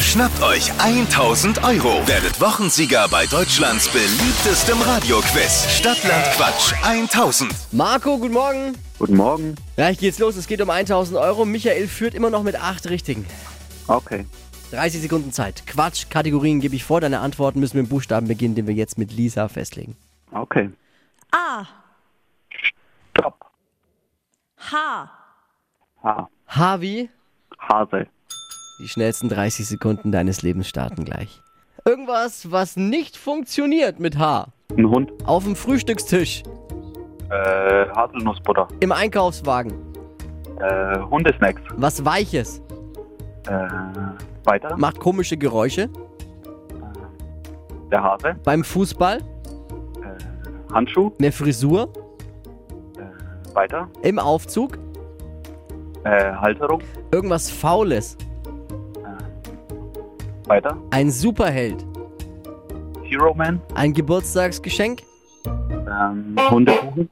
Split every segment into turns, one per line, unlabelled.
Schnappt euch 1000 Euro. Werdet Wochensieger bei Deutschlands beliebtestem Radioquiz. Stadtland Quatsch 1000.
Marco, guten Morgen.
Guten Morgen.
Gleich geht's los. Es geht um 1000 Euro. Michael führt immer noch mit acht Richtigen.
Okay.
30 Sekunden Zeit. Quatsch, Kategorien gebe ich vor. Deine Antworten müssen mit dem Buchstaben beginnen, den wir jetzt mit Lisa festlegen.
Okay.
A.
Top.
H.
Ha.
Harvey,
Hase.
die schnellsten 30 Sekunden deines Lebens starten gleich. Irgendwas, was nicht funktioniert mit H.
Ein Hund.
Auf dem Frühstückstisch,
Äh, Haselnussbutter.
im Einkaufswagen,
Äh, Hundesnacks.
was Weiches,
Äh, weiter.
macht komische Geräusche,
Der Hase.
beim Fußball,
Äh, Handschuh.
eine Frisur,
Weiter.
im Aufzug,
Äh, Halterung.
irgendwas Faules,
Weiter.
ein Superheld,
Hero Man.
ein Geburtstagsgeschenk.
Ähm,
Äh.
Hundebuchen.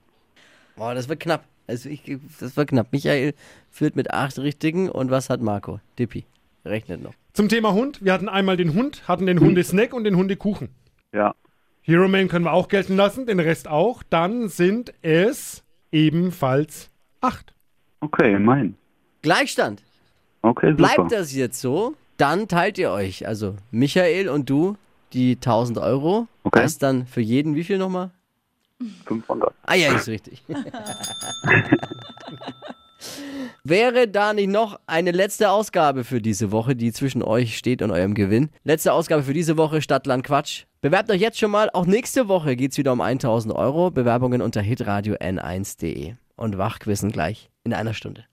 Boah, das wird knapp. Also ich, das wird knapp. Michael führt mit acht Richtigen und was hat Marco? Dippi, rechnet noch.
Zum Thema Hund. Wir hatten einmal den Hund, hatten den Hundesnack und den Hundekuchen.
Ja.
Hero Man können wir auch gelten lassen, den Rest auch. Dann sind es ebenfalls acht.
Okay, immerhin.
Gleichstand.
Okay, super.
Bleibt das jetzt so, dann teilt ihr euch, also Michael und du, die 1000 Euro.
Okay.
Das dann für jeden, wie viel nochmal?
500.
Ah ja, ist richtig. Wäre da nicht noch eine letzte Ausgabe für diese Woche, die zwischen euch steht und eurem Gewinn? Letzte Ausgabe für diese Woche, Stadtland Quatsch. Bewerbt euch jetzt schon mal. Auch nächste Woche geht's wieder um 1000 Euro. Bewerbungen unter hitradio n1.de. Und Wachquissen gleich in einer Stunde.